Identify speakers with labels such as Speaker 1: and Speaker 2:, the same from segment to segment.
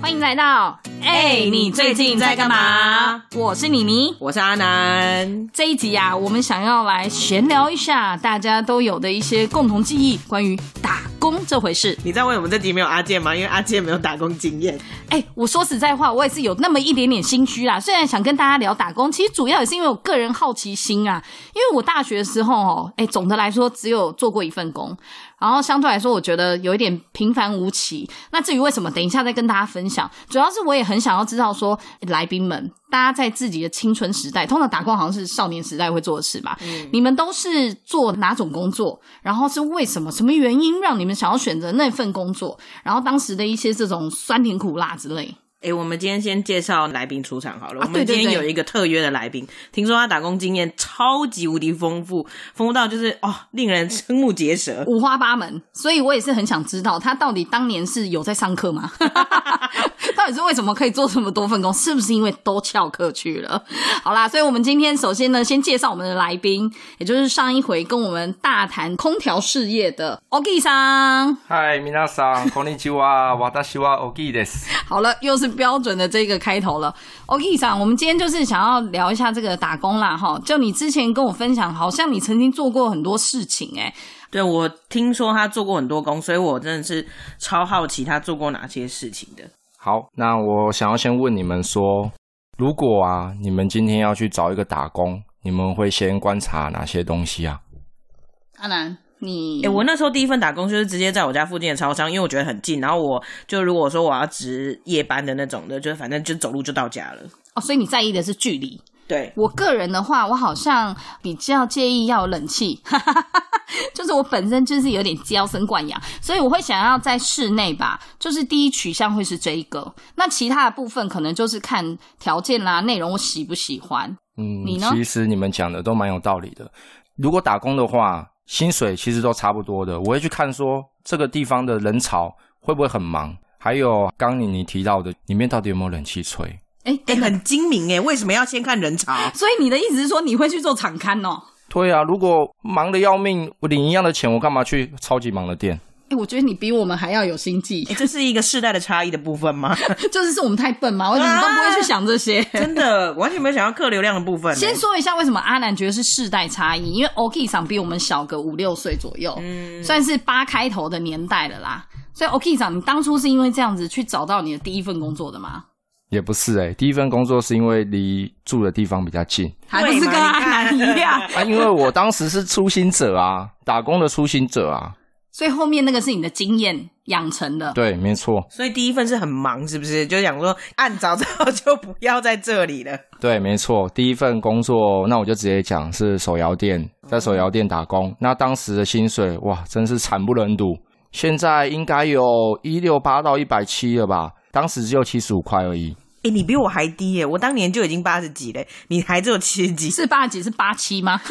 Speaker 1: 欢迎来到
Speaker 2: 哎你最近在干嘛？
Speaker 1: 我是妮妮。
Speaker 2: 我是阿南。
Speaker 1: 这一集啊，我们想要来闲聊一下大家都有的一些共同记忆，关于打工这回事。
Speaker 2: 你知道为什么这集没有阿健吗？因为阿健没有打工经验。
Speaker 1: 哎，我说实在话，我也是有那么一点点心虚啦。虽然想跟大家聊打工，其实主要也是因为我个人好奇心啊。因为我大学的时候哦，哎，总的来说只有做过一份工，然后相对来说我觉得有一点平凡无奇。那至于为什么，等一下再跟大家分享。主要是我也很想要知道说，来宾们，大家在自己的青春时代，通常打工好像是少年时代会做的事吧？你们都是做哪种工作？然后是为什么？什么原因让你们想要选择那份工作？然后当时的一些这种酸甜苦辣之类。
Speaker 2: 哎、我们今天先介绍来宾出场好了。
Speaker 1: 啊
Speaker 2: 我们今
Speaker 1: 对
Speaker 2: 天
Speaker 1: 对对
Speaker 2: 有一个特约的来宾，听说他打工经验超级无敌丰富，丰富到就是哦，令人瞠目结舌。
Speaker 1: 五花八门，所以我也是很想知道他到底当年是有在上课吗？ 到底是为什么可以做这么多份工？是不是因为都翘课去了？好啦，所以我们今天首先呢，先介绍我们的来宾，也就是上一回跟我们大谈空调事业的 OG 桑。
Speaker 3: 嗨，皆さ んこんにちは。私はオギーです。
Speaker 1: 好了，又是标准的这个开头了。OK 上，我们今天就是想要聊一下这个打工啦，哈。就你之前跟我分享，好像你曾经做过很多事情、欸，
Speaker 2: 对我听说他做过很多工，所以我真的是超好奇他做过哪些事情的。
Speaker 3: 好，那我想要先问你们说，如果啊，你们今天要去找一个打工，你们会先观察哪些东西啊？
Speaker 1: 阿南，你
Speaker 2: 哎、我那时候第一份打工就是直接在我家附近的超商，因为我觉得很近。然后我就如果说我要值夜班的那种的，就是反正就走路就到家了。
Speaker 1: 哦，所以你在意的是距离。
Speaker 2: 对，
Speaker 1: 我个人的话，我好像比较介意要有冷气， 就是我本身就是有点娇生惯养，所以我会想要在室内吧，就是第一取向会是这一个，那其他的部分可能就是看条件啦、内容我喜不喜欢。
Speaker 3: 嗯，
Speaker 1: 你呢
Speaker 3: 其实你们讲的都蛮有道理的。如果打工的话，薪水其实都差不多的。我会去看说这个地方的人潮会不会很忙，还有刚你你提到的里面到底有没有冷气吹？
Speaker 1: 哎、
Speaker 2: 哎、很精明哎、为什么要先看 人潮？哎
Speaker 1: 所以你的意思是说你会去做场刊哦？
Speaker 3: 对啊，如果忙的要命，我领一样的钱，我干嘛去超级忙的店？
Speaker 1: 哎、我觉得你比我们还要有心计，
Speaker 2: 欸这是一个世代的差异的部分吗？
Speaker 1: 就是是我们太笨嘛，为什么都不会去想这些？
Speaker 2: 真的完全没有想到客流量的部分、哎
Speaker 1: 先说一下为什么阿南觉得是世代差异，因为 OK 上比我们小个五六岁左右，算是八开头的年代了啦。所以 OK 上，你当初是因为这样子去找到你的第一份工作的吗？
Speaker 3: 也不是哎、第一份工作是因为离住的地方比较近
Speaker 1: 还不是跟阿南一样，
Speaker 3: 啊，因为我当时是初心者啊， 打工的初心者啊，
Speaker 1: 所以后面那个是你的经验养成的。
Speaker 3: 对，没错，
Speaker 2: 所以第一份是很忙，是不是？就想说按早知道就不要在这里了。
Speaker 3: 对，没错，第一份工作，那我就直接讲是手摇店，在手摇店打工，那当时的薪水哇，真是惨不忍睹，现在应该有一六八到一百七了吧，当时只有七十五块而已，
Speaker 2: 哎、你比我还低耶、我当年就已经八十几嘞，你还只有七十几，
Speaker 1: 是八几是八七吗？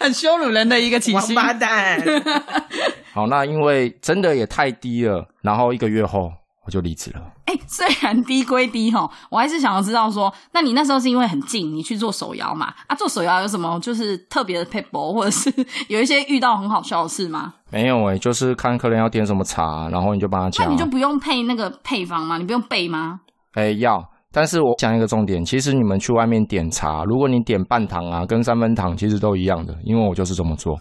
Speaker 1: 很羞辱人的一个起
Speaker 2: 王
Speaker 1: 薪。
Speaker 2: 八蛋！
Speaker 3: 好，那因为真的也太低了，然后一个月后我就离职了。
Speaker 1: 哎、虽然低归低哈，我还是想要知道说，那你那时候是因为很近，你去做手摇嘛？啊，做手摇有什么就是特别的 paper，或者是 有一些遇到很好笑的事吗？
Speaker 3: 没有诶、欸就是看客人要点什么茶，然后你就帮他啊
Speaker 1: 那
Speaker 3: 加。
Speaker 2: 啊
Speaker 1: 你就不用配那个配方吗？你不用备吗？
Speaker 3: 哎、要，但是我讲一个重点，其实你们去外面点茶，如果你点半糖啊跟三分糖，其实都一样的，因为我就是这么做。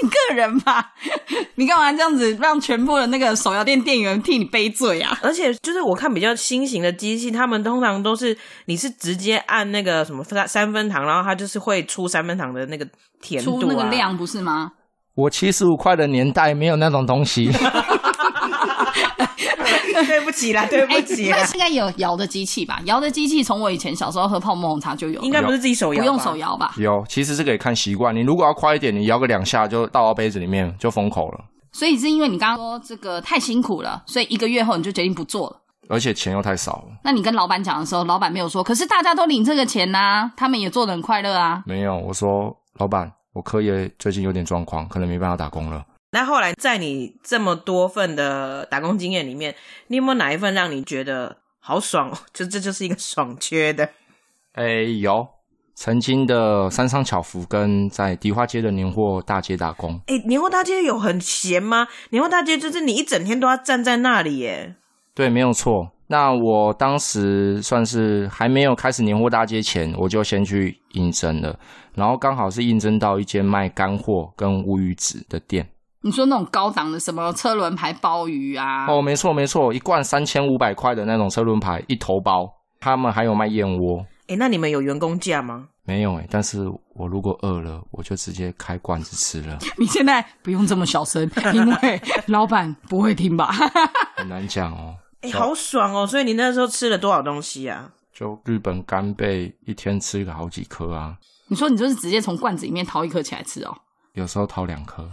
Speaker 1: 你个人吧，你干嘛这样子让全部的那个手摇店店员替你背罪啊？
Speaker 2: 而且就是我看比较新型的机器，他们通常都是你是直接按那个什么三三分糖，然后它就是会出三分糖的那个甜度、
Speaker 1: 出那
Speaker 2: 啊、
Speaker 1: 个量不是吗？
Speaker 3: 我七十五块的年代没有那种东西，
Speaker 2: 对不起啦，对不起啦
Speaker 1: 哎那，现在有摇的机器吧？摇的机器从我以前小时候喝泡沫红茶就有了，
Speaker 2: 应该不是自己手
Speaker 1: 不
Speaker 2: 摇，
Speaker 1: 用手。摇吧？
Speaker 3: 有，其实这个也看习惯。你如果要快一点，你摇个两下就倒到杯子里面就封口了，
Speaker 1: 所以是因为你刚刚说这个太辛苦了，所以一个月后你就决定不做了。
Speaker 3: 而且钱又太少了。
Speaker 1: 那你跟老板讲的时候，老板没有说，可是大家都领这个钱呐、他们也做的很快乐啊。
Speaker 3: 没有，我说老板，我课业最近有点状况，可能没办法打工了。
Speaker 2: 那后来在你这么多份的打工经验里面，你有没有哪一份 让你觉得好爽哦？就这就是一个爽缺的。
Speaker 3: 哎、有曾经的山上巧福跟在迪化街的年货大街打工。
Speaker 2: 哎、年货大街有很闲吗？年货大街就是你一整天都要站在那里耶。
Speaker 3: 对，没有错。那我当时算是还没有开始年货大街前，我就先去应征了，然后刚好是应征到一间卖干货跟乌鱼子的店。
Speaker 1: 你说那种高档的什么车轮牌鲍鱼啊，
Speaker 3: 哦，没错没错，一罐三千五百块的那种车轮牌，一头包。他们还有卖燕窝，
Speaker 2: 哎、那你们有员工价吗？
Speaker 3: 没有诶、欸但是我如果饿了，我就直接开罐子吃了，
Speaker 1: 你现在不用这么小 声，因为老板不会听吧？
Speaker 3: 很难讲哦。
Speaker 2: 哎、好爽哦！所以你那时候吃了多少东西啊？
Speaker 3: 就日本干贝一天吃个好几颗啊，
Speaker 1: 你说你就是直接从罐子里面掏一颗起来吃哦？
Speaker 3: 有时候掏两颗。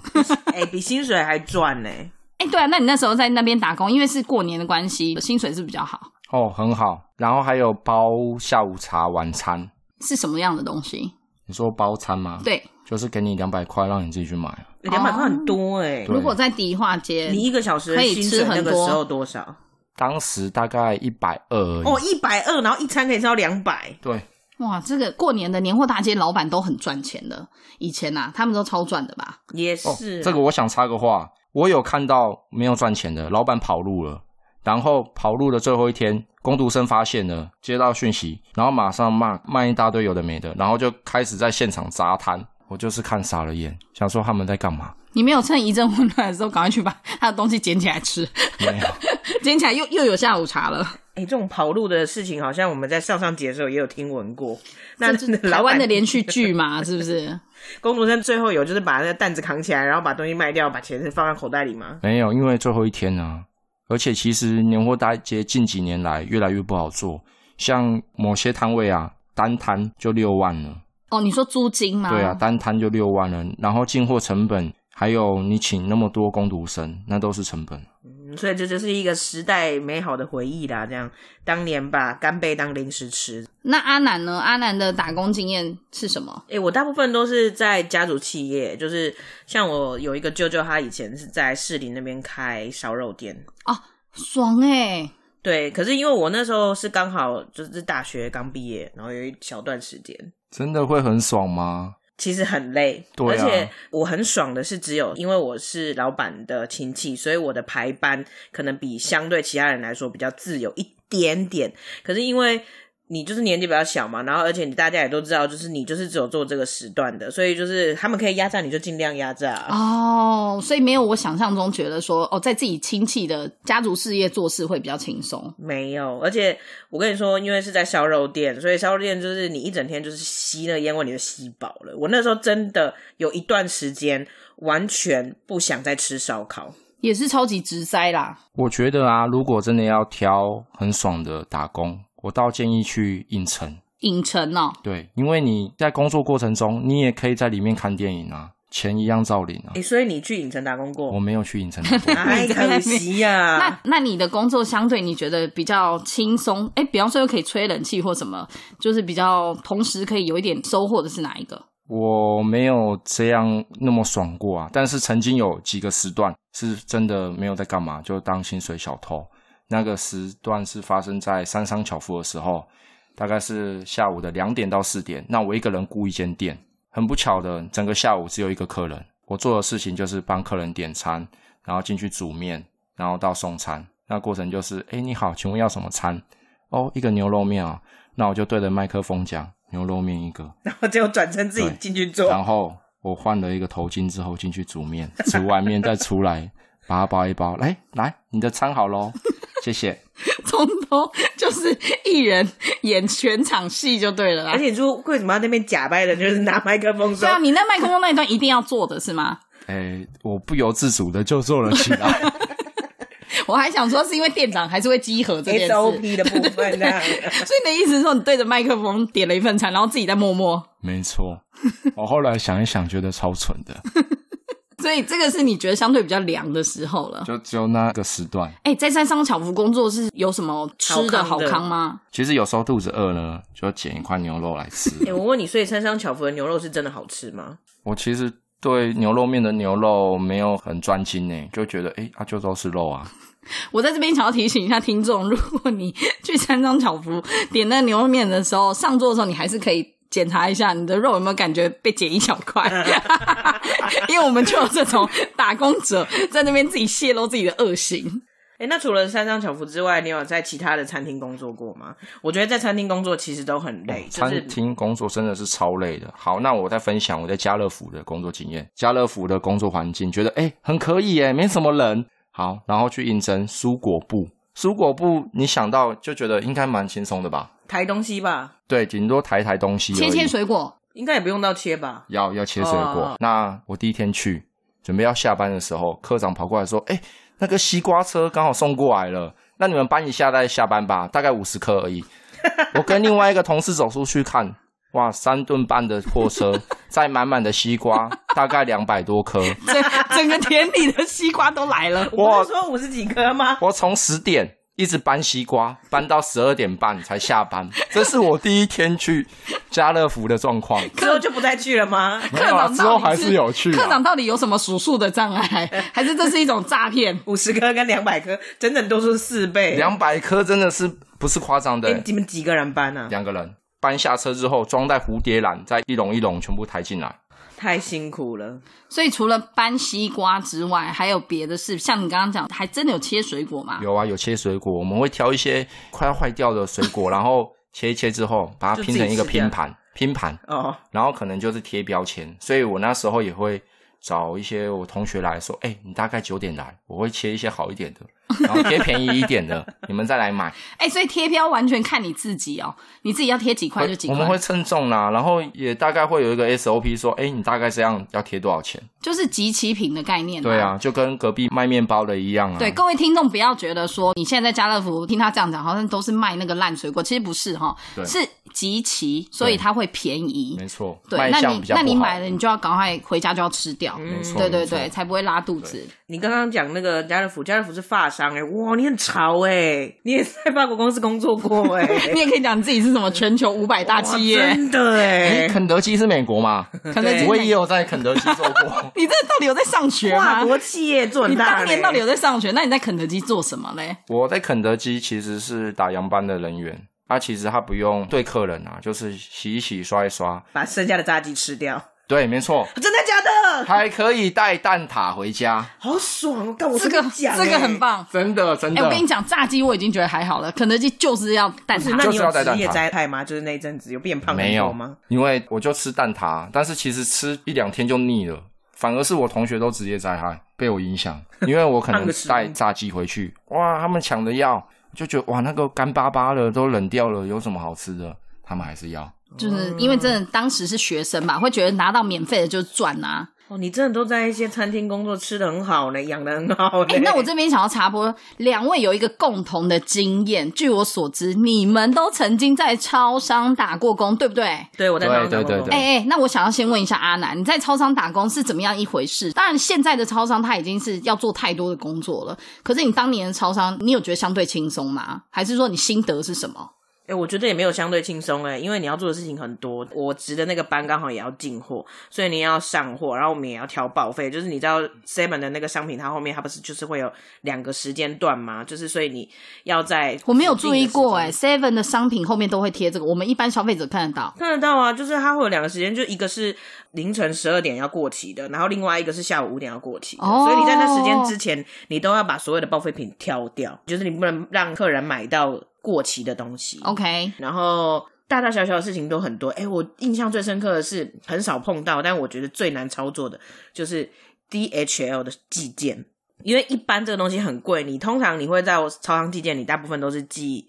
Speaker 2: 哎、比薪水还赚呢、
Speaker 1: 哎，对啊，那你那时候在那边打工，因为是过年的关系，薪水是比较好，
Speaker 3: 哦，很好。然后还有包下午茶、晚餐。
Speaker 1: 是什么样的东西？
Speaker 3: 你说包餐吗？，
Speaker 1: 对，
Speaker 3: 就是给你两百块，让你自己去买。啊
Speaker 2: 两百块很多哎、
Speaker 3: 对
Speaker 1: 如果在迪化街，
Speaker 2: 你一个小时的
Speaker 1: 哦可以
Speaker 2: 薪水
Speaker 1: 吃
Speaker 2: 那
Speaker 1: 很
Speaker 2: 个
Speaker 1: 多
Speaker 2: 时候多少？
Speaker 3: 当时大概一百二而已。
Speaker 2: 哦，一百二，然后一餐可以吃到两百。
Speaker 3: 对，
Speaker 1: 哇，这个过年的年货大街老板都很赚钱的，以前呐、啊，他们都超赚的吧？
Speaker 2: 也
Speaker 3: 哦
Speaker 2: 是、，啊
Speaker 3: 这个我想插个话，我有看到没有赚钱的老板跑路了，然后跑路的最后一天，工读生发现了，接到讯息，然后马上骂骂一大堆有的没的，然后就开始在现场砸摊。我就是看傻了眼，想说他们在干嘛？
Speaker 1: 你没有趁一阵混乱的时候赶快去把他的东西捡起来吃，
Speaker 3: 没有，
Speaker 1: 捡起来又又有下午茶了。
Speaker 2: 哎、这种跑路的事情，好像我们在上上节的时候也有听闻过。那
Speaker 1: 这就是台
Speaker 2: 老
Speaker 1: 湾
Speaker 2: 板
Speaker 1: 的连续剧嘛， 是不是？
Speaker 2: 工读生最后有就是把那个担子扛起来，然后把东西卖掉，把钱放在口袋里吗？
Speaker 3: 没有，因为最后一天啊，而且其实年货大街近几年来越来越不好做，像某些摊位啊，单摊就六万了，
Speaker 1: 哦，你说租金吗？
Speaker 3: 对啊，，单摊就六万了，然后进货成本，还有你请那么多工读生，那都是成本。
Speaker 2: 嗯所以这就是一个时代美好的回忆啦。这样，当年把干贝当零食吃。
Speaker 1: 那阿南呢？阿南的打工经验是什么？
Speaker 2: 哎、我大部分都是在家族企业，就是像我有一个舅舅，他以前是在士林那边开烧肉店。
Speaker 1: 爽哎、
Speaker 2: 对，可是因为我那时候是刚好就是大学刚毕业，然后有一小段时间，
Speaker 3: 真的会很爽吗？
Speaker 2: 其实很累，
Speaker 3: 对啊
Speaker 2: 而且我很爽的是，只有因为我是老板的亲戚，所以我的排班可能比相对其他人来说比较自由一点点。可是因为你就是年纪比较小嘛，然后而且你大家也都知道，就是你就是只有做这个时段的，所以就是他们可以压榨你就尽量压榨。
Speaker 1: 哦，所以没有我想象中觉得说哦，在自己亲戚的家族事业做事会比较轻松。
Speaker 2: 没有，而且我跟你说，因为是在烧肉店，所以烧肉店就是你一整天就是吸那个烟味，你就吸饱了。我那时候真的有一段时间完全不想再吃烧烤。
Speaker 1: 也是超级直塞啦。
Speaker 3: 我觉得啊，如果真的要挑很爽的打工，我倒建议去影城。
Speaker 1: 影城哦，
Speaker 3: 对，因为你在工作过程中，你也可以在里面看电影啊，钱一样照领啊
Speaker 2: 诶，。哎所以你去影城打工
Speaker 3: 我
Speaker 2: 过？
Speaker 3: 没有去影城打工
Speaker 2: 哎，可惜呀、
Speaker 1: 那那你的工作相对你觉得比较轻松，哎，比方说又可以吹冷气或什么，就是比较同时可以有一点收获的是哪一个？
Speaker 3: 我没有这样那么爽过啊，但是曾经有几个时段是真的没有在干嘛，就当薪水小偷。那个时段是发生在三商巧福的时候，大概是下午的两点到四点。那我一个人雇一间店，很不巧的，整个下午只有一个客人。我做的事情就是帮客人点餐，然后进去煮面，然后到送餐。那过程就是，哎，你好，请问要什么餐？哦，一个牛肉面啊。那我就对着麦克风讲，牛肉面一个。
Speaker 2: 然后结果转身自己
Speaker 3: 对
Speaker 2: 进去做。
Speaker 3: 然后我换了一个头巾之后进去煮面，煮完面再出来，把它包一包。来来，你的餐好喽，谢谢。
Speaker 1: 从头就是一人演全场戏就对了
Speaker 2: 而
Speaker 1: 啦。
Speaker 2: 且你说为什么要那边假掰的，就是拿麦克风
Speaker 1: 对
Speaker 2: 说
Speaker 1: 啊，你那麦克风那一段一定要做的是吗？
Speaker 3: 哎，我不由自主的就做了起来。
Speaker 1: 我还想说是因为店长还是会集合这件事，所
Speaker 2: SOP 的部分这样。
Speaker 1: 以你的意思是说你对着麦克风点了一份餐，然后自己在默默，
Speaker 3: 没错，我后来想一想，觉得超蠢的，
Speaker 1: 所以这个是你觉得相对比较凉的时候了。
Speaker 3: 就只有那个时段。
Speaker 1: 哎、在山上巧福工作是有什么吃的
Speaker 2: 好
Speaker 1: 好
Speaker 2: 康的
Speaker 1: 康吗？
Speaker 3: 其实有时候肚子饿呢，就捡一块牛肉来吃。
Speaker 2: 哎、我问你，所以三商巧福的牛肉是真的好吃吗？
Speaker 3: 我其实对牛肉面的牛肉没有很专精呢，就觉得哎，它、就都是肉啊。
Speaker 1: 我在这边想要提醒一下听众，如果你去三张巧福点那个牛肉面的时候，上桌的时候你还是可以。检查一下你的肉有没有感觉被剪一小块， 因为我们就有这种打工者在那边自己泄露自己的恶行。
Speaker 2: 哎，那除了山上巧福之外，你有在其他的餐厅工作过吗？我觉得在餐厅工作其实都很累，哎就
Speaker 3: 哦餐
Speaker 2: 是
Speaker 3: 厅工作真的是超累的。好，那我再分享我在家乐福的工作经验。家乐福的工作环境，觉得哎、诶很可以哎、没什么人。好，然后去应征蔬果部，蔬果部你想到就觉得应该蛮轻松的吧？
Speaker 2: 抬东西吧，
Speaker 3: 对，顶多抬一抬东西而已，
Speaker 1: 切切水果，
Speaker 2: 应该也不用到切吧。
Speaker 3: 要要切水果。
Speaker 2: 哦
Speaker 3: 那我第一天去，准备要下班的时候，科长跑过来说：“哎、那个西瓜车刚好送过来了，那你们搬一下再下班吧，大概五十颗而已。”我跟另外一个同事走出去看，哇，三吨半的货车，载满满的西瓜，大概两百多颗。
Speaker 1: 整整个田里的西瓜都来了。
Speaker 2: 我不是说五十几颗吗？
Speaker 3: 我从十点一直搬西瓜，搬到十二点半才下班。这是我第一天去家乐福的状况。
Speaker 2: 之后就不再去了吗？
Speaker 3: 没
Speaker 1: 课
Speaker 3: 有啊，
Speaker 1: 长
Speaker 3: 之后
Speaker 1: 到
Speaker 3: 还
Speaker 1: 底
Speaker 3: 是有去、啊。
Speaker 1: 课长到底有什么数数的障碍， 还是这是一种诈 骗？
Speaker 2: 五十颗跟两百颗，整整多出四倍。
Speaker 3: 两百颗真的是不是夸张的、欸
Speaker 2: 哎你们几个人搬啊？
Speaker 3: 两个人搬下车之后，装在蝴蝶篮，再一笼一笼全部抬进来。
Speaker 2: 太辛苦了。
Speaker 1: 所以除了搬西瓜之外，还有别的事，像你刚刚讲，还真的有切水果嘛？
Speaker 3: 有啊，有切水果，我们会挑一些快要坏掉的水果，然后切一切之后，把它拼成一个拼盘，拼盘，
Speaker 2: 哦，
Speaker 3: 然后可能就是贴标签。所以我那时候也会找一些我同学来说，哎、你大概九点来，我会切一些好一点 的，然后贴便宜一点的，你们再来买。
Speaker 1: 哎、所以贴标完全看你自己哦，你自己要贴几块就几
Speaker 3: 我
Speaker 1: 块，
Speaker 3: 们会称重啦，然后也大概会有一个 SOP 说，哎、你大概这样要贴多少钱。
Speaker 1: 就是集齐品的概念。
Speaker 3: 对。啊，就跟隔壁卖面包的一样啊。
Speaker 1: 哎对，各位听众不要觉得说你现在在家乐福听他这样讲，好像都是卖那个烂水果，其实不是哈，
Speaker 3: 对
Speaker 1: 是集齐，所以它会便宜。
Speaker 3: 没错，
Speaker 1: 对，
Speaker 3: 卖
Speaker 1: 那
Speaker 3: 相
Speaker 1: 你
Speaker 3: 比较不
Speaker 1: 那
Speaker 3: 好。
Speaker 1: 你买了，你就要赶快回家就要吃掉。
Speaker 3: 没错，
Speaker 1: 对对
Speaker 3: 没错
Speaker 1: 对，，才不会拉肚子。
Speaker 2: 你刚刚讲那个家乐福，家乐福是发商哎、哇，你很潮哎、你也在法国公司工作过哎、
Speaker 1: 你也可以讲你自己是什么全球五百大
Speaker 2: 哇
Speaker 1: 企业，
Speaker 2: 真的哎、
Speaker 3: 哎，肯德基是美 国嘛？
Speaker 1: 肯德基
Speaker 3: 我也有在肯德基做
Speaker 1: 。
Speaker 3: 过
Speaker 1: 你这到底有在上学吗
Speaker 2: 跨？国企业做
Speaker 1: 啊你
Speaker 2: 很大、
Speaker 1: 当
Speaker 2: 欸，
Speaker 1: 年到底有在上学？那你在肯德基做什么嘞？
Speaker 3: 我在肯德基其实是打烊班的人员，他其实他不用对客人啊，就是洗一洗、刷一刷。
Speaker 2: 把剩下的炸鸡吃掉？
Speaker 3: 对，没错，
Speaker 2: 真的假的？
Speaker 3: 还可以带蛋挞回家。
Speaker 2: 好爽！哦！干我
Speaker 1: 这个
Speaker 2: 跟你讲、欸，
Speaker 1: 这个很。棒。
Speaker 3: 真的，真
Speaker 1: 哎、
Speaker 3: 的。
Speaker 1: 我跟你讲，炸鸡我已经觉得还好了，肯德基就是要蛋
Speaker 2: 是，那
Speaker 1: 挞。
Speaker 3: 就
Speaker 2: 你
Speaker 3: 是
Speaker 2: 有
Speaker 3: 要带蛋
Speaker 2: 职业
Speaker 3: 挞
Speaker 2: 灾害吗？就是那一阵子有变胖
Speaker 3: 没
Speaker 2: 很多
Speaker 3: 有
Speaker 2: 吗？？
Speaker 3: 因为我就吃蛋挞，但是其实吃一两天就腻了。反而是我同学都职业灾害，被我 影响，因为我可
Speaker 2: 胖
Speaker 3: 能
Speaker 2: 个十公
Speaker 3: 带
Speaker 2: 斤
Speaker 3: 炸鸡回去，哇，他们抢着要，就觉得哇，那个干巴巴的都冷掉了，有什么好吃的？他们还是要。
Speaker 1: 就是因为真的当时是学生嘛，会觉得拿到免费的就赚啊。
Speaker 2: 哦，你真的都在一些餐厅工作，吃的很好呢，养的很好呢。
Speaker 1: 哎、那我这边想要插播，两位有一个共同的经验，据我所知，你们都曾经在超商打过工，对不对？
Speaker 2: 对我在
Speaker 3: 对
Speaker 2: 当
Speaker 3: 对
Speaker 2: 老板
Speaker 3: 对
Speaker 1: 哎哎、那我想要先问一下阿南，你在超商打工是怎么样一回事？当然，现在的超商它已经是要做太多的工作了，可是你当年的超商，你有觉得相对轻松吗？还是说你心得是什么？
Speaker 2: 哎、我觉得也没有相对轻松哎，因为你要做的事情很多。我值的那个班刚好也要进货，所以你要上货，然后我们也要调报废。就是你知道 Seven 的那个商品，它后面它不是就是会有两个时间段吗？就是所以你要在
Speaker 1: 我没有注意过哎、
Speaker 2: 指定的时间
Speaker 1: s e v e n 的商品后面都会贴这个，我们一般消费者看得到。
Speaker 2: 看得到啊，就是它会有两个时间，就一个是凌晨十二点要过期的，然后另外一个是下午五点要过期的。
Speaker 1: 哦
Speaker 2: 所以你在那时间之前，你都要把所有的报废品挑掉，就是你不能让客人买到过期的东西。
Speaker 1: OK，
Speaker 2: 然后大大小小的事情都很多。哎，我印象最深刻的是很少碰到，但我觉得最难操作的就是 DHL 的寄件，因为一般这个东西很贵，你通常你会在我超商寄件，你大部分都是寄。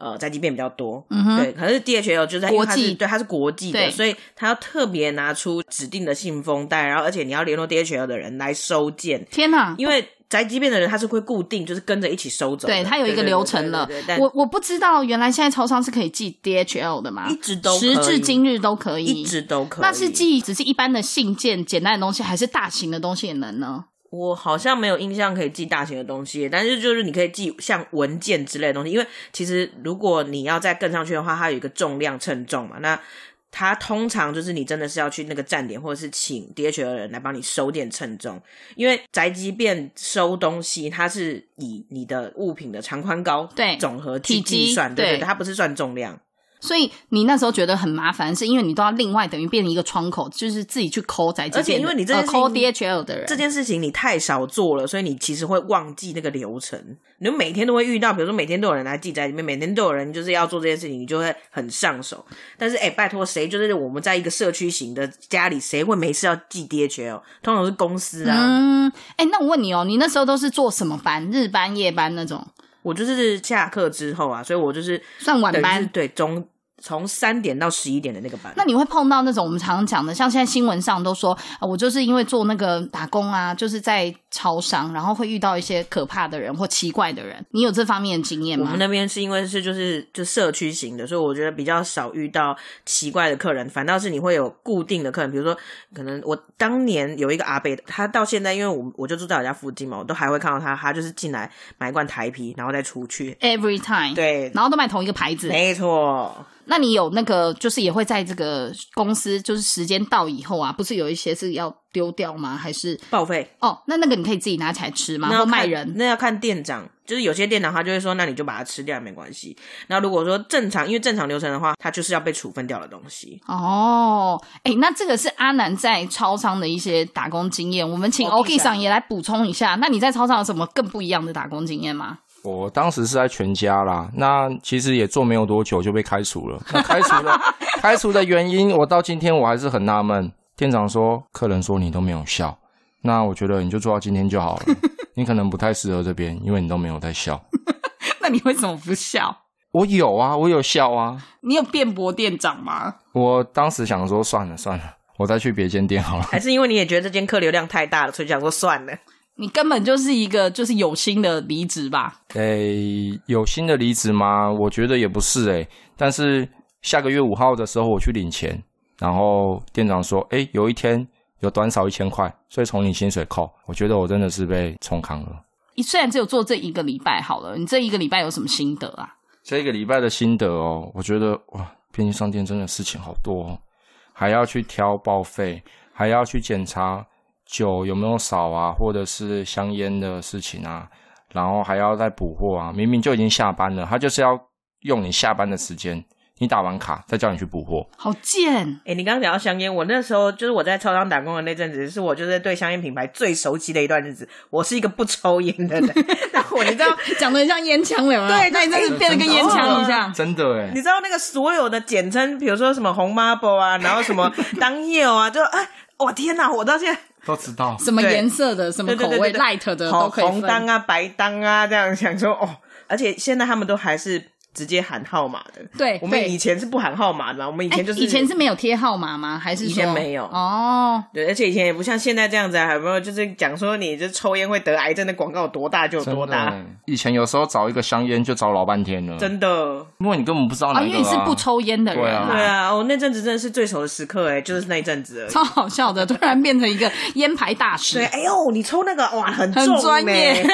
Speaker 2: 呃，宅急便比较多，
Speaker 1: 嗯哼
Speaker 2: 对。可是 DHL 就是在因为它是
Speaker 1: 国际
Speaker 2: 对，它是国际
Speaker 1: 对
Speaker 2: 的，所以它要特别拿出指定的信封袋，然后而且你要联络 DHL 的人来收件，
Speaker 1: 天哪！
Speaker 2: 因为宅急便的人他是会固定，就是跟着一起收走的，
Speaker 1: 对，它有一个
Speaker 2: 对对
Speaker 1: 流程了
Speaker 2: 对对对但。
Speaker 1: 我我不知道，原来现在超商是可以寄 DHL 的吗？
Speaker 2: 一直都可
Speaker 1: 时
Speaker 2: 以
Speaker 1: 至今日都可以，
Speaker 2: 一直都可以。
Speaker 1: 那是寄只是一般的信件、简单的东西，还是大型的东西也能呢？
Speaker 2: 我好像没有印象可以寄大型的东西，但是就是你可以寄像文件之类的东西，因为其实如果你要再更上去的话，它有一个重量称重嘛，那。它通常就是你真的是要去那个站点，或者是请 DHL 的人来帮你收件称重，因为宅急便收东西，它是以你的物品的长宽高
Speaker 1: 对
Speaker 2: 总和去
Speaker 1: 体积
Speaker 2: 计算，对
Speaker 1: 对
Speaker 2: 对，它不是算重量。
Speaker 1: 所以你那时候觉得很麻烦，是因为你都要另外等于变成一个窗口，就是自己去抠宅急便的，
Speaker 2: 而且因为你这件
Speaker 1: 呃
Speaker 2: 事情
Speaker 1: 抠 DHL 的人，
Speaker 2: 这件事情你太少做了，所以你其实会忘记那个流程。你每天都会遇到，比如说每天都有人来记载里面，每天都有人就是要做这件事情，你就会很上手。但是哎、拜托谁？就是我们在一个社区型的家里，谁会没事要记 DHL？通哦常是公司啊。
Speaker 1: 嗯，哎、那我问你哦，你那时候都是做什么班？日班、夜班那种？
Speaker 2: 我就是下课之后啊，所以我就是
Speaker 1: 算晚班
Speaker 2: 等于是对中。从三点到十一点的那个班，
Speaker 1: 那你会碰到那种我们常常讲的，像现在新闻上都说、啊我就是因为做那个打工啊，就是在超商，然后会遇到一些可怕的人或奇怪的人。你有这方面的经验
Speaker 2: 我
Speaker 1: 吗
Speaker 2: 们？那边是因为是就是就社区型的，所以我觉得比较少遇到奇怪的客人，反倒是你会有固定的客人，比如说可能我当年有一个阿伯，他到现在因为我我就住在我家附近嘛，我都还会看到他，他就是进来买一罐台啤，然后再出去。
Speaker 1: Every time，，
Speaker 2: 嗯对，
Speaker 1: 然后都买同一个牌子。
Speaker 2: 没错，
Speaker 1: 那你有那个，就是也会在这个公司，就是时间到以后啊，不是有一些是要丢掉吗？还是
Speaker 2: 报废。
Speaker 1: 哦，那那个你可以自己拿起来吃吗？
Speaker 2: 那
Speaker 1: 或
Speaker 2: 要
Speaker 1: 卖
Speaker 2: 看
Speaker 1: 人？
Speaker 2: 那要看店长，就是有些店长他就会说，那你就把它吃掉没关系。那如果说正常，因为正常流程的话，它就是要被处分掉的东西。
Speaker 1: 哦，哎、那这个是阿南在超商的一些打工经验，我们请
Speaker 2: OK
Speaker 1: OK 上也来补充一下。那你在超商有什么更不一样的打工经验吗？
Speaker 3: 我当时是在全家啦，那其实也做没有多久就被开除了。那开除的 开除的原因，我到今天我还是很纳闷。店长说，客人说你都没有笑，那我觉得你就做到今天就好了。你可能不太适合这边，因为你都没有在笑。
Speaker 1: 那你为什么不笑？
Speaker 3: 我有啊，我有笑啊。
Speaker 1: 你有辩驳店长吗？
Speaker 3: 我当时想说，算了算了，我再去别间店好了。
Speaker 2: 还是因为你也觉得这间客流量太大了，所以想说算了。
Speaker 1: 你根本就是一个就是有心的离职吧？
Speaker 3: 诶、有新的离职吗？我觉得也不是诶、但是下个月五号的时候我去领钱，然后店长说，诶、有一天有短少一千块，所以从你薪水扣。我觉得我真的是被冲康了。
Speaker 1: 你虽然只有做这一个礼拜好了，你这一个礼拜有什么心得啊？
Speaker 3: 这个礼拜的心得哦，我觉得哇，便利商店真的事情好多哦，还要去挑报废，还要去检查酒有没有少啊，或者是香烟的事情啊，然后还要再补货啊。明明就已经下班了，他就是要用你下班的时间，你打完卡再叫你去补货。
Speaker 1: 好贱！
Speaker 2: 哎、你刚刚讲到香烟，我那时候就是我在超商打工的那阵子，是我就是对香烟品牌最熟悉的一段日子。我是一个不抽烟的人， 然后我你知道，
Speaker 1: 讲的像烟枪了有没有，
Speaker 2: 对
Speaker 1: 那你真是哦变得跟烟枪一样。
Speaker 3: 真的诶
Speaker 2: 啊你知道那个所有的简称，比如说什么红 marble 啊，然后什么当夜啊，就哎，我天哪，我到现在
Speaker 3: 都知道。
Speaker 1: 什么
Speaker 2: 对
Speaker 1: 颜色的、什么
Speaker 2: 对
Speaker 1: 口
Speaker 2: 对对
Speaker 1: 味、
Speaker 2: 对
Speaker 1: light 的都
Speaker 2: 红
Speaker 1: 可以
Speaker 2: 红
Speaker 1: 分。
Speaker 2: 当啊、白当啊这样想说哦，而且现在他们都还是直接喊号码的。
Speaker 1: 对
Speaker 2: 我们
Speaker 1: 哎对
Speaker 2: 以前是不喊号码的嘛，我们以
Speaker 1: 哎
Speaker 2: 前就是、
Speaker 1: 以前是没有贴号码吗？还是说
Speaker 2: 以前没有
Speaker 1: 哦？
Speaker 2: 对，而且以前也不像现在这样子啊，还有没有就是讲说你这抽烟会得癌症的广告有多大就有
Speaker 3: 真
Speaker 2: 多
Speaker 3: 的
Speaker 2: 大，
Speaker 3: 诶，以前有时候找一个香烟就找老半天了，
Speaker 2: 真的。哦
Speaker 3: 因为你根本不知道哪
Speaker 1: 啊，
Speaker 3: 一
Speaker 1: 因
Speaker 3: 个、
Speaker 1: 为你是不抽烟的人、
Speaker 3: 啊
Speaker 2: 对啊，我、那阵子真的是最熟的时刻哎、就是那一阵子而已。
Speaker 1: 超好笑的，突然变成一个烟牌大
Speaker 2: 对，
Speaker 1: 师，
Speaker 2: 哎呦，你抽那个哇，很重、
Speaker 1: 很
Speaker 2: 欸、
Speaker 1: 专业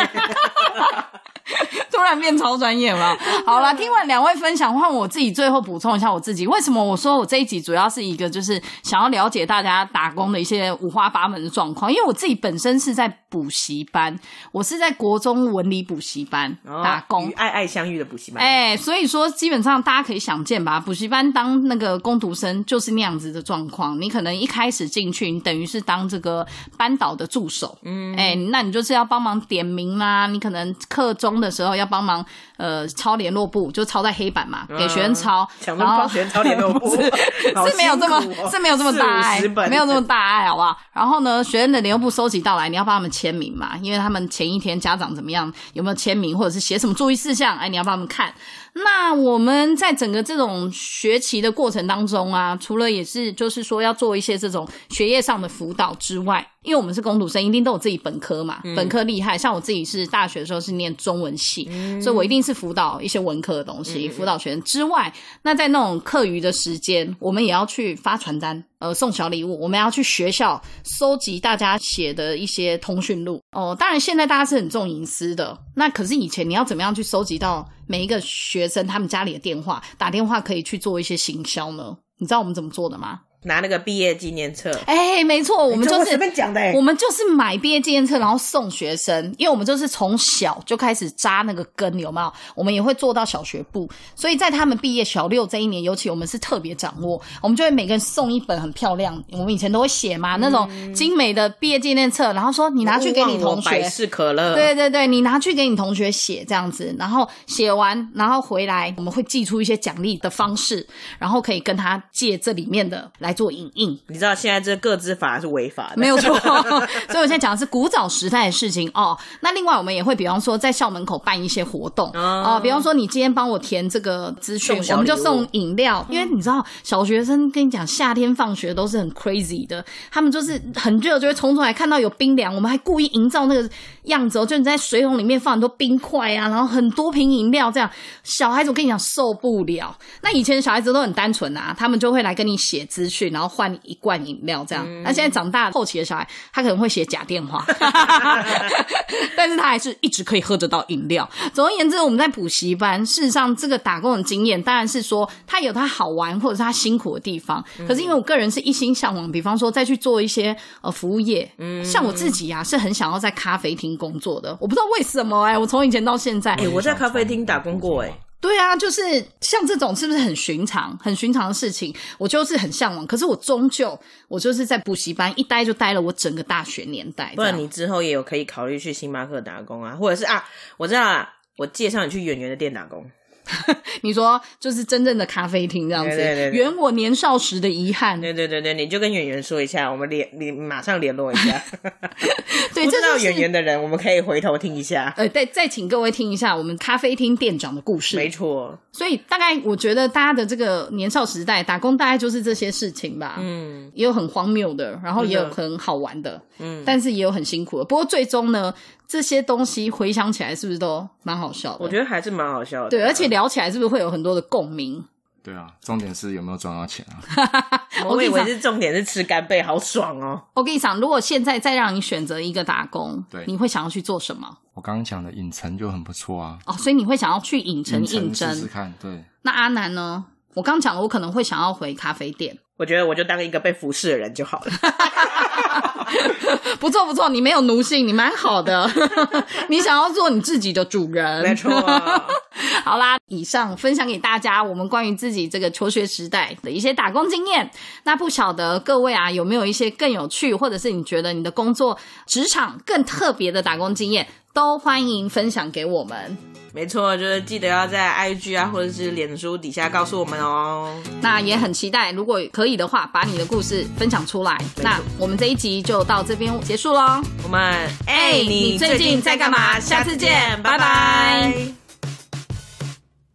Speaker 1: 突然变超专业了。好 啦，听完两位分享，换我自己最后补充一下我自己。为什么我说我这一集主要是一个就是想要了解大家打工的一些五花八门的状况？因为我自己本身是在补习班，我是在国中文理补习班
Speaker 2: 哦
Speaker 1: 打工
Speaker 2: 与，爱爱相遇的补习班，
Speaker 1: 哎、所以说基本上大家可以想见吧，补习班当那个工读生就是那样子的状况。你可能一开始进去，你等于是当这个班导的助手，嗯，哎、那你就是要帮忙点名啦、你可能课中的时候要帮忙呃抄联络簿，就抄在黑板嘛，给学生抄，
Speaker 2: 想说
Speaker 1: 然后
Speaker 2: 帮学生抄联络簿
Speaker 1: 不是
Speaker 2: 好
Speaker 1: 哦是没有这么
Speaker 2: 辛苦哦
Speaker 1: 是没有这么大爱
Speaker 2: 四五十，本
Speaker 1: 没有这么大爱，好不好？然后呢，学生的联络部收集到来，你要帮他们签名嘛，因为他们前一天家长怎么样，有没有签名，或者是写什么注意事项，哎，你要帮他们看。那我们在整个这种学习的过程当中啊，除了也是就是说要做一些这种学业上的辅导之外，因为我们是工读生，一定都有自己本科嘛，本科厉害。像我自己是大学的时候是念中文系，所以我一定是辅导一些文科的东西，辅导学生之外，那在那种课余的时间，我们也要去发传单，呃，送小礼物。我们要去学校收集大家写的一些通讯录。哦、当然现在大家是很重隐私的，那可是以前你要怎么样去收集到每一个学生他们家里的电话，打电话可以去做一些行销呢？你知道我们怎么做的吗？
Speaker 2: 拿那个毕业纪念册，
Speaker 1: 哎、没错，我们
Speaker 2: 这
Speaker 1: 就
Speaker 2: 我
Speaker 1: 是
Speaker 2: 随便讲的、欸
Speaker 1: 我。们就是买毕业纪念册，然后送学生，因为我们就是从小就开始扎那个根，有没有？我们也会做到小学部，所以在他们毕业小六这一年，尤其我们是特别掌握，我们就会每个人送一本很漂亮，我们以前都会写嘛，那种精美的毕业纪念册，然后说你拿去给你
Speaker 2: 勿忘
Speaker 1: 同
Speaker 2: 嗯我
Speaker 1: 学，
Speaker 2: 百事 可乐，
Speaker 1: 对对对，你拿去给你同学写这样子，然后写完，然后回来，我们会寄出一些奖励的方式，然后可以跟他借这里面的来做影印。
Speaker 2: 你知道现在这个资法是违法的，
Speaker 1: 没有错， 所以我现在讲的是古早时代的事情哦。那另外我们也会，比方说在校门口办一些活动
Speaker 2: 哦
Speaker 1: 哦比方说你今天帮我填这个资讯嗯
Speaker 2: 送，小
Speaker 1: 我们就
Speaker 2: 礼物
Speaker 1: 送饮料，因为你知道小学生跟你讲夏天放学都是很 crazy 的，他们就是很热就会冲出来，看到有冰凉，我们还故意营造那个样子哦，就你在水桶里面放很多冰块啊，然后很多瓶饮料这样，小孩子我跟你讲受不了。那以前小孩子都很单纯啊，他们就会来跟你写资讯，然后换一罐饮料这样。那、现在长大后期的小孩，他可能会写假电 话， 但是他还是一直可以喝得到饮料。总而言之，我们在补习班，事实上这个打工的经验，当然是说他有他好玩或者是他辛苦的地方。
Speaker 2: 嗯
Speaker 1: 可是因为我个人是一心向往，比方说再去做一些呃服务业，
Speaker 2: 嗯
Speaker 1: 像我自己啊是很想要在咖啡厅工作的。我不知道为什么哎、我从以前到现在，
Speaker 2: 哎、我在咖啡厅打工过、欸，哎，
Speaker 1: 对啊，就是像这种是不是很寻常、很寻常的事情，我就是很向往。可是我终究，我就是在补习班一待就待了我整个大学年代。
Speaker 2: 不然
Speaker 1: 这样
Speaker 2: 你之后也有可以考虑去星巴克打工啊，或者是啊，我知道啦，我介绍你去圆圆的店打工。
Speaker 1: 你说就是真正的咖啡厅这样子，
Speaker 2: 对对对对
Speaker 1: 圆我年少时的遗憾。
Speaker 2: 对对对对，你就跟圆圆说一下，我们联你马上联络一下。
Speaker 1: 对，这
Speaker 2: 不知道
Speaker 1: 就是
Speaker 2: 圆圆的人，我们可以回头听一下。
Speaker 1: 呃，再再请各位听一下我们咖啡厅店长的故事。
Speaker 2: 没错，
Speaker 1: 所以大概我觉得大家的这个年少时代打工，大概就是这些事情吧。
Speaker 2: 嗯，
Speaker 1: 也有很荒谬的，然后也有
Speaker 2: 真的
Speaker 1: 很好玩的，
Speaker 2: 嗯
Speaker 1: 嗯，但是也有很辛苦的。不过最终呢，这些东西回想起来是不是都蛮好笑的？
Speaker 2: 我觉
Speaker 1: 得
Speaker 2: 得还是蛮好笑的。
Speaker 1: 对，而且聊起来是不是会有很多的共鸣？
Speaker 3: 对啊，重点是有没有赚到钱啊？
Speaker 2: 嗯我以
Speaker 1: 我跟
Speaker 2: 为
Speaker 1: 你
Speaker 2: 是重点是吃干贝，好爽哦。
Speaker 1: 我跟你讲，如果现在再让你选择一个打工，
Speaker 3: 对
Speaker 1: 你会想要去做什么？
Speaker 3: 我刚刚讲的影城就很不错啊，
Speaker 1: 哦，所以你会想要去影城应征。
Speaker 3: 试试看，对，
Speaker 1: 那阿南呢？我刚讲了，我可能会想要回咖啡店。
Speaker 2: 我觉得我就当一个被服侍的人就好了。
Speaker 1: 不错不错，你没有奴性，你蛮好的。 你想要做你自己的主人，
Speaker 2: 没错，
Speaker 1: 好啦，以上分享给大家我们关于自己这个求学时代的一些打工经验。那不晓得各位啊，有没有一些更有趣，或者是你觉得你的工作职场更特别的打工经验，都欢迎分享给我们。
Speaker 2: 没错，就是记得要在 IG 啊，或者是脸书底下告诉我们哦。
Speaker 1: 那也很期待，如果可以的话，把你的故事分享出来。
Speaker 2: 错
Speaker 1: 那我们这一集就到这边结束喽。
Speaker 2: 我们
Speaker 1: 哎哎你最近在干嘛下次见拜拜